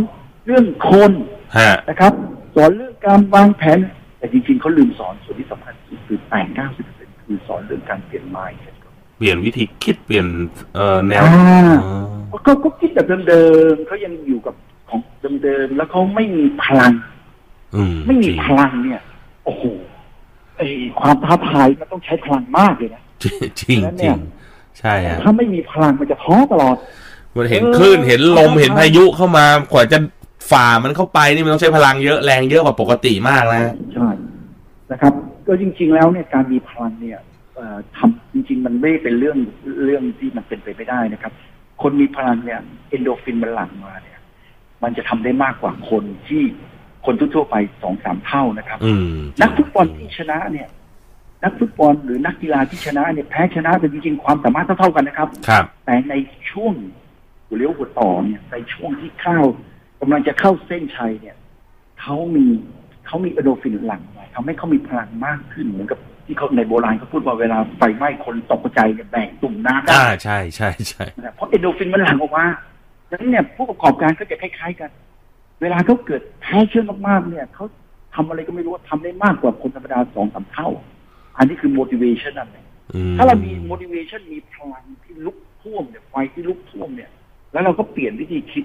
เรื่องคน ฮะ นะครับ สอนเรื่องการวางแผน แต่จริงๆเขาลืมสอนส่วนที่สำคัญที่สุดคือ8 90%คือสอนเรื่องการเปลี่ยน mindset ก่อน เปลี่ยนวิธีคิดเปลี่ยนเอ่อแนว อ่า อ๋อ เขาก็คิดแบบเดิมๆเขายังอยู่กับของเดิมๆ แล้วเขาไม่มีพลัง อืม ไม่มี จริง พลังเนี่ย โอ้โหไอความท้าทายมันต้องใช้พลังมากเลยนะ จริง ฉะนั้นจเนี่ริ ย งใช่ฮะ ถ้าไม่มีพลังมันจะท้อตลอด มันเห็น เออ คลื่นเห็นลม ใช่ เห็นพายุเข้ามากว่าจะฝ่ามันเข้าไปนี่มันต้องใช้พลังเยอะแรงเยอะกว่าปกติมากนะ ใช่นะครับ ก็จริงๆแล้วเนี่ยการมีพลังเนี่ยเอ่อทำ ริง ๆ มันไม่เป็นเรื่องเรื่องที่มันเป็นไปไม่ได้นะครับ คนมีพลังเนี่ยเอนโดฟินมันหลั่งมาเนี่ย มันจะทำได้มากกว่าคนที่คนทั่วๆไปสองสามเท่านะครับ อืม นักฟุตบอลที่ชนะเนี่ย นักฟุตบอลหรือนักกีฬาที่ชนะเนี่ยแพ้ชนะเป็นจริงๆความสามารถเท่าๆกันนะครับ ครับ แต่ในช่วงหัวเลี้ยวหัวต่อเนี่ยในช่วงที่เข้ากำลังจะเข้าเส้นชัยเนี่ยเขามีเขามีอะโดรฟินหลั่งมาทำให้เขามีพลังมากขึ้นเหมือนกับที่เขาในโบราณเขาพูดว่าเวลาไฟไหม้คนตกใจเนี่ยแบ่งตุ่มน้ำได้ อ่าใช่ใช่ใช่ นะเพราะเอนโดรฟินมันหลั่งออกมาดังนั้นเนี่ยผู้ประกอบการก็จะคล้ายๆกัน เวลาเขาเกิดแพ้เชื้อมากๆเนี่ยเขาทำอะไรก็ไม่รู้ว่าทำได้มากกว่าคนธรรมดาสองสามเท่า อันนี้คือ motivation นั่นเอง อื ถ้าเรามี motivation มีพลังที่ลุกท่วมเนี่ยไฟที่ลุกท่วมเนี่ย แล้วเราก็เปลี่ยนวิธีคิด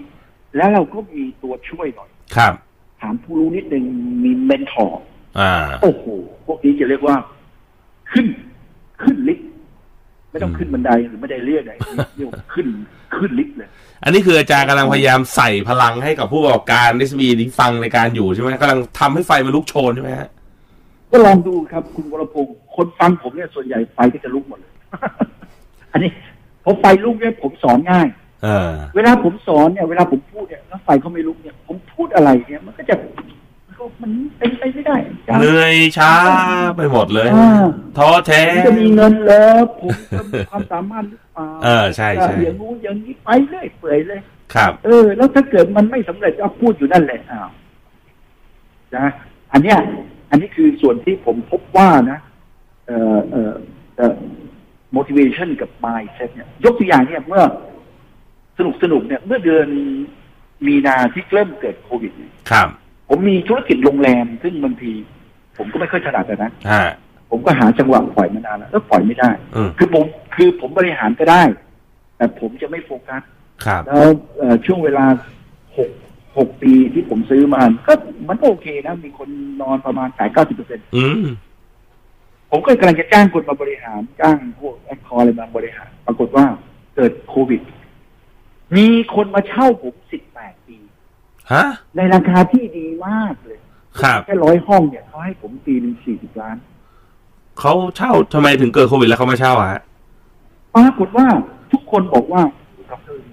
แล้วเราก็มีตัวช่วยหน่อย ครับ ถามผู้รู้นิดนึงมีเมนทอร์ อ่า โอ้โหพวกนี้จะเรียกว่าขึ้นขึ้นลิฟต์ไม่ต้องขึ้นบันไดหรือไม่ได้เลื่อนอะไรเรียกว่าขึ้นขึ้นลิฟต์เลย อันนี้คืออาจารย์กำลังพยายามใส่พลังให้กับผู้ประกอบการ SME ที่ฟังในการอยู่ใช่ไหมกำลังทำให้ไฟมันลุกโชนใช่ไหมฮะ ก็ลองดูครับคุณวรพงศ์คนฟังผมเนี่ยส่วนใหญ่ไฟก็จะลุกหม ดเลย อันนี้ผมไฟลุกเนี่ยผมสอนง่าย เออ เวลาผมสอนเนี่ยเวลาผมพูดเนี่ยแล้วไฟเขาไม่ลุกเนี่ย ผมพูดอะไรเนี่ย มันก็จะมันก็มันเป็นไปไม่ได้ เหนื่อยช้าไปหมดเลย อ่า ท้อแท้ ผมจะมีเงินแล้วผมจะมีความสามารถหรือเปล่า เออใช่ใช่ อย่างงู้นอย่างนี้ไปเรื่อยเปื่อยเลย ครับ เออ แล้วถ้าเกิดมันไม่สำเร็จก็พูดอยู่นั่นแหละอ้าวนะอันเนี้ย อันนี้คือส่วนที่ผมพบว่านะเอ่อเอ่อเอ่อ motivation กับ mindset เนี่ย ยกตัวอย่างเนี่ยเมื่อสนุกสนุกเนี่ย เมื่อเดือนมีนาที่เริ่มเกิดโควิดเนี่ย ครับ ผมมีธุรกิจโรงแรม ซึ่งบางทีผมก็ไม่ค่อยถนัดอะนะ ฮะ ผมก็หาจังหวะปล่อยมานานแล้วแล้วปล่อยไม่ได้ อืม คือผมคือผมบริหารก็ได้ แต่ผมจะไม่โฟกัส ครับ แล้วเอ่อช่วงเวลาหกหกปีที่ผมซื้อมา ก็มันก็โอเคนะ มีคนนอนประมาณแปดเก้าสิบเปอร์เซ็น อืม ผมก็กำลังจะจ้างคนมาบริหาร จ้างพวกแอคคอร์อะไรมาบริหาร ปรากฏว่าเกิดโควิด มีคนมาเช่าผมสิบแปดปี ฮะ ในราคาที่ดีมากเลย ครับ แค่ร้อยห้องเนี่ยเขาให้ผมปีหนึ่งสี่สิบล้าน เขาเช่าทำไมถึงเกิดโควิดแล้วเขามาเช่าอะฮะ ปรากฏว่าทุกคนบอกว่าครับเออ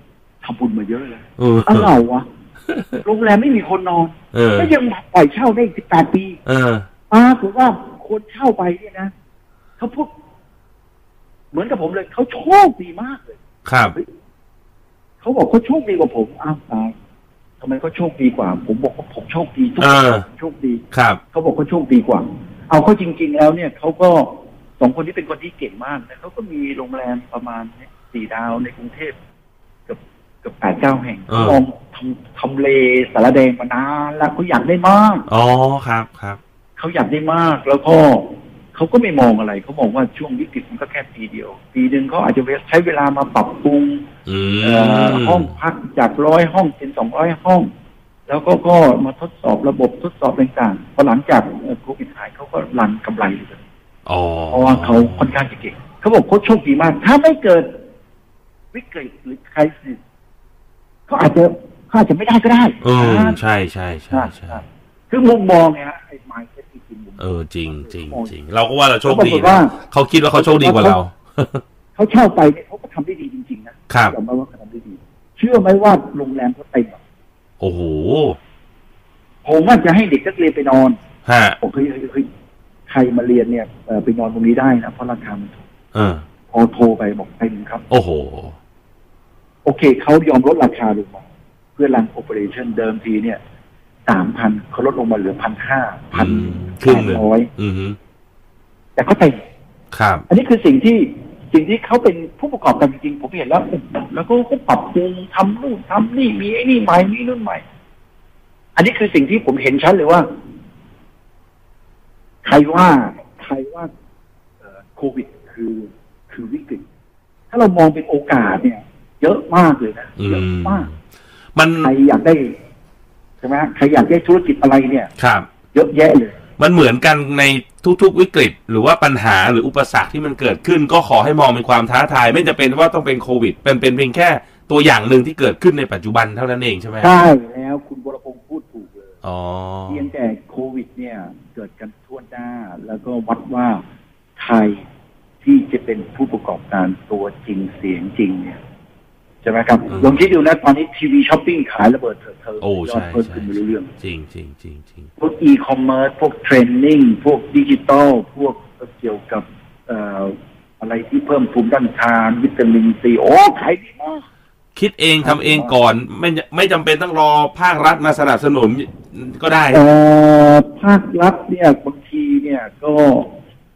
ทำบุญมาเยอะเลย เออ อะไรวะ โรงแรมไม่มีคนนอน เออ ก็ยังปล่อยเช่าได้อีกสิบแปดปี เออ ปรากฏว่าคนเช่าไปเนี่ยนะเขาพูดเหมือนกับผมเลยเขาโชคดีมากเลย ครับ เขาบอกเขาโชคดีกว่าผมอ้าวตายทำไมเขาโชคดีกว่า ผมบอกว่าผมโชคดีทุก เออ คนโชคดี ครับ เขาบอกเขาโชคดีกว่า เอาเข้าจริง ๆ แล้วเนี่ยเขาก็สองคนนี้เป็นคนที่เก่งมากนะเขาก็มีโรงแรมประมาณเนี่ยสี่ดาวในกรุงเทพเกับเกับแปดเก้าแห่ง เออ ลองทำทำเลสารแดงมานานแล้วเขาอยากได้มาก อ๋อ ครับ ครับ เขาอยากได้มากแล้วก็เขาก็ไม่มองอะไรเขามองว่าช่วงวิกฤตมันก็แค่ปีเดียว ปีหนึ่งเขาอาจจะใช้เวลามาปรับปรุง อื เอ่อ ม ห้องพักจากร้อยห้องเป็นสองร้อยห้อง แล้วก็ก็มาทดสอบระบบทดสอบอะไรต่างๆพอหลังจากเอ่อโควิดหายเขาก็รันกำไรเลย อ๋อ เพราะว่าเขาค่อนข้างจะเก่งเขาบอกโค้ชโชคดีมาก ถ้าไม่เกิดวิกฤตหรือคริสเขาอาจจะเขาอาจจะไม่ได้ก็ได้ อืม นะ ใช่ใช่ใช่ใช่ คือมุมมองเนี่ยฮะไอ้ mindset ที่จริงมุมมง เออจริงจริงจริงเราก็ว่าเราโชคดี ปรากฏ นะ ว่า เขาคิดว่าเขาโชคดีกว่าเรา เขาเช่าไปเนี่ยเขาก็ทำได้ดีจริงๆนะครับ ยอมรับว่าเขาทำได้ดี เชื่อไหมว่าโรงแรมเขาเต็มอะ โอ้โห ผมว่าจะให้เด็กนักเรียนไปนอน ฮะ ผมเฮ้ยเฮ้ยเฮ้ยใครมาเรียนเนี่ยเอ่อไปนอนตรงนี้ได้นะเพราะราคามันถูก เออ พอโทรไปบอกเต็มครับ โอ้โห โอเคเขายอมลดราคาลงมาเพื่อรันโอเปอเรชั่นเดิมทีเนี่ยสามพันเขาลดลงมาเหลือพันห้าพัน อืมครึ่งหนึ่ง ร้อย อืม แต่เขาเต็ม ครับ อันนี้คือสิ่งที่สิ่งที่เขาเป็นผู้ประกอบการจริงๆผมเห็นแล้วอุ๊ยแล้วก็ก็ปรับปรุงทำนู่นทำนี่มีไอ้นี่ใหม่มีนู่นใหม่ อันนี้คือสิ่งที่ผมเห็นชัดเลยว่า ใครว่าใครว่าเอ่อโควิดคือคือวิกฤตถ้าเรามองเป็นโอกาสเนี่ย เยอะมากเลยนะ อื เยอะ ม มาก มัน ใครอยากได้ใช่ไหมใครอยากได้ธุรกิจอะไรเนี่ย ครับ เยอะแยะเลย มันเหมือนกันในทุกๆวิกฤต หรือว่าปัญหาหรืออุปสรรคที่มันเกิดขึ้น ก็ขอให้มองเป็นความท้าทาย ไม่จะเป็นว่าต้องเป็นโควิด เป็นเป็นเพียงแค่ตัวอย่างหนึ่งที่เกิดขึ้นในปัจจุบันเท่านั้นเองใช่ไหม ใช่แล้วคุณบรพงษ์พูดถูกเลย อ๋อ เพียงแต่โควิดเนี่ย เกิดกันทั่วหน้า แล้วก็วัดว่าใคร ที่จะเป็นผู้ประกอบการตัวจริงเสียงจริงเนี่ยใช่ไหมครับลองคิดดูนะตอนนี้ทีวีช้อปปิ้งขายระเบิดเถิดเทิง โอ้ ยอด ใช่ เพิ่ม ใช่ ขึ้นไม่รู้เรื่อง จริงจริงจริงจริง พวกอีคอมเมิร์ซพวกเทรนนิ่งพวกดิจิตอลพวกเกี่ยวกับเอ่ออะไรที่เพิ่มภูมิต้านทานวิตามินซีโอ้ขายดีมาก คิดเองทำเองก่อนไม่ไม่จำเป็นต้องรอภาครัฐมาสนับสนุนก็ได้ เอ่อภาครัฐเนี่ยบางทีเนี่ยก็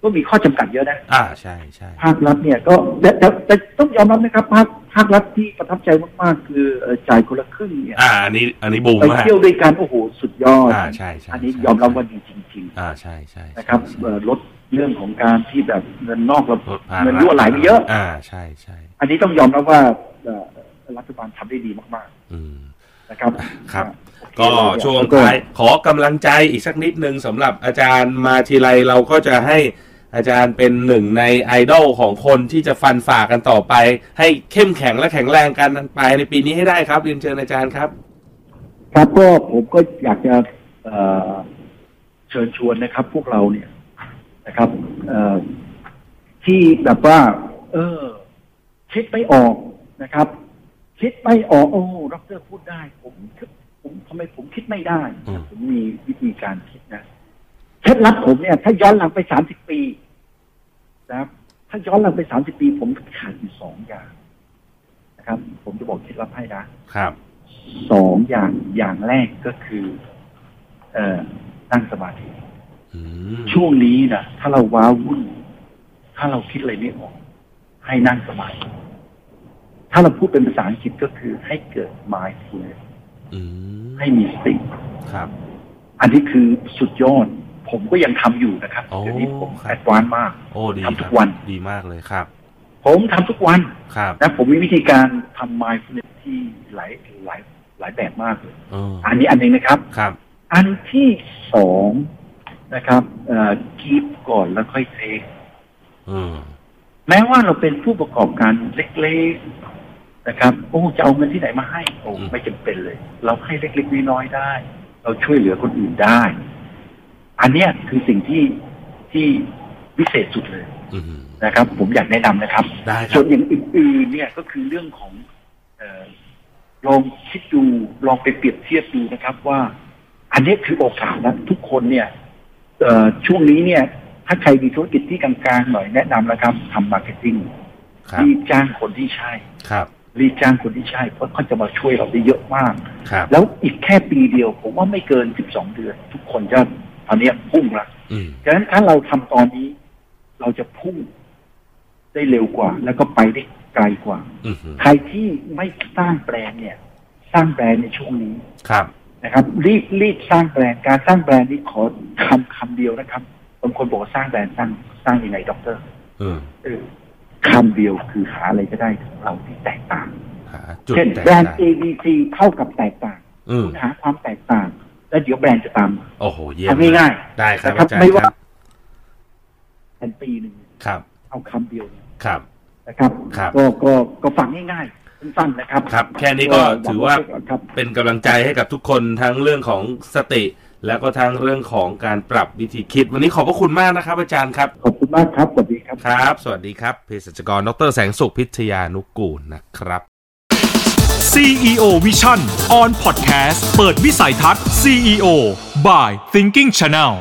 ก็มีข้อจำกัดเยอะนะ อ่าใช่ใช่ ภาครัฐเนี่ยก็แต่แต่แต่ต้องยอมรับนะครับ ภาคภาครัฐที่ประทับใจมากๆ คือเอ่อจ่ายคนละครึ่งเนี่ย อ่าอันนี้อันนี้บูม ไป มาก เที่ยวด้วยกันโอ้โหสุดยอด อ่าใช่ใช่ นนี้ ใช่ ยอมรับว่าดีจริง อ่าใช่ใช่ ๆ นะครับเอ่อลดเรื่องของการที่แบบเงินนอกระบบเงินรั่วไหลไปเยอะ อ่าใช่ใช่ อันนี้ต้องยอมรับว่าเอ่อรัฐบาลทำได้ดีมาก อืม ๆนะครับ ครับ โอเค ก็ช่วงท้ายขอกำลังใจอีกสักนิดนึงสำหรับอาจารย์มาทีไรเราก็จะให้อาจารย์เป็นหนึ่งในไอดอลของคนที่จะฟันฝ่ากันต่อไป ให้เข้มแข็งและแข็งแรงกันไปในปีนี้ให้ได้ครับเรียนเชิญอาจารย์ครับ ครับก็ผมก็อยากจะเอ่อเชิญชวนนะครับ พวกเราเนี่ยนะครับเอ่อที่แบบว่า เออ คิดไม่ออกนะครับ คิดไม่ออก โอ้ดอกเตอร์พูดได้ ผมคิดผมทำไมผมคิดไม่ได้ อืม ผมมีวิธีการคิดนะเคล็ดลับผมเนี่ย ถ้าย้อนหลังไปสามสิบปี นะครับ ถ้าย้อนหลังไปสามสิบปี ผมขาดอยู่สองอย่างนะครับ ผมจะบอกเคล็ดลับให้นะ ครับ สองอย่างอย่างแรกก็คือ เอ่อนั่งสมาธิ อืม ช่วงนี้นะถ้าเราว้าวุ่น ถ้าเราคิดอะไรไม่ออก ให้นั่งสมาธิถ้าเราพูดเป็นภาษาอังกฤษก็คือให้เกิด mindfulness อืม ให้มีสติ ครับ อันนี้คือสุดยอด ผมก็ยังทำอยู่นะครับ โอ้ เดี๋ยวนี้ผม ครับ แอดวานซ์มาก โอ้ดี ทำทุก ครับ วัน ดีมากเลยครับ ผมทำทุกวัน ครับ นะผมมีวิธีการทำ mindfulness ที่หลายหลายหลายแบบมากเลย เออ อันนี้อันหนึงนะครับ ครับ อันที่สองนะครับเอ่อกีบก่อนแล้วค่อยเทค อืม แม้ว่าเราเป็นผู้ประกอบการเล็กๆนะครับ โอ้จะเอาเงินที่ไหนมาให้โอ้ไม่จำเป็นเลย เราให้เล็กๆน้อยๆได้ เราช่วยเหลือคนอื่นได้ อันเนี้ยคือสิ่งที่ที่วิเศษสุดเลย อืม นะครับ ผมอยากแนะนำนะครับ ได้ครับ ส่วนอย่างอื่นๆ เนี่ยก็คือเรื่องของเออลองคิดดูลองไปเปรียบเทียบดูนะครับว่า อันนี้คือโอกาสนะทุกคนเนี่ยเอ่อช่วงนี้เนี่ย ถ้าใครมีธุรกิจที่กลางๆหน่อยแนะนำนะครับทำมาร์เก็ตติ้ง ครับ รีบจ้างคนที่ใช่ ครับ รีบจ้างคนที่ใช่ เพราะเขาจะมาช่วยเราได้เยอะมาก ครับ แล้วอีกแค่ปีเดียว ผมว่าไม่เกิน 12 เดือน ทุกคนจะตอนเนี้ยพุ่งละ อืม ดังนั้นถ้าเราทำตอนนี้เราจะพุ่งได้เร็วกว่า แล้วก็ไปได้ไกลกว่า อืม ใครที่ไม่สร้างแบรนด์เนี่ย สร้างแบรนด์ในช่วงนี้ ครับ นะครับ รีบรีบสร้างแบรนด์การสร้างแบรนด์นี่ขอคำคำเดียวนะครับบางคนบอกว่าสร้างแบรนด์สร้างสร้างยังไงด็อกเตอร์ อืม เออคำเดียวคือหาอะไรก็ได้ของเราที่แตกต่าง หาจุด เช่น แตก แบรนด์ ต่าง ABC เท่ากับแตกต่าง อืม คุณหาความแตกต่าง แล้วเดี๋ยวแบรนด์จะตามมา โอ้โหเยี่ยม ทำง่ายๆ ได้ครับ นะครั อา บ จาร ไม่ ย์ ว่า ครับ เป็นปีหนึ่ง ครับ เอาคำเดียว ครับ นะครับ ครับ ก็ก็ก็ฟังง่ายๆสั้นๆนะครับ ครับ แค่นี้ก็ถือว่า ครับ เป็นกำลังใจให้กับทุกคนทั้งเรื่องของสติ และก็ทั้งเรื่องของการปรับวิธีคิด วันนี้ขอบพระคุณมากนะครับ อาจารย์ครับ ขอบคุณมากครับสวัสดีครับ ครับ สวัสดีครับเภสัชกรดรแสงสุขพิทยานุกูลนะครับ CEO Vision on Podcast เปิดวิสัยทัศน์ CEO by Thinking Channel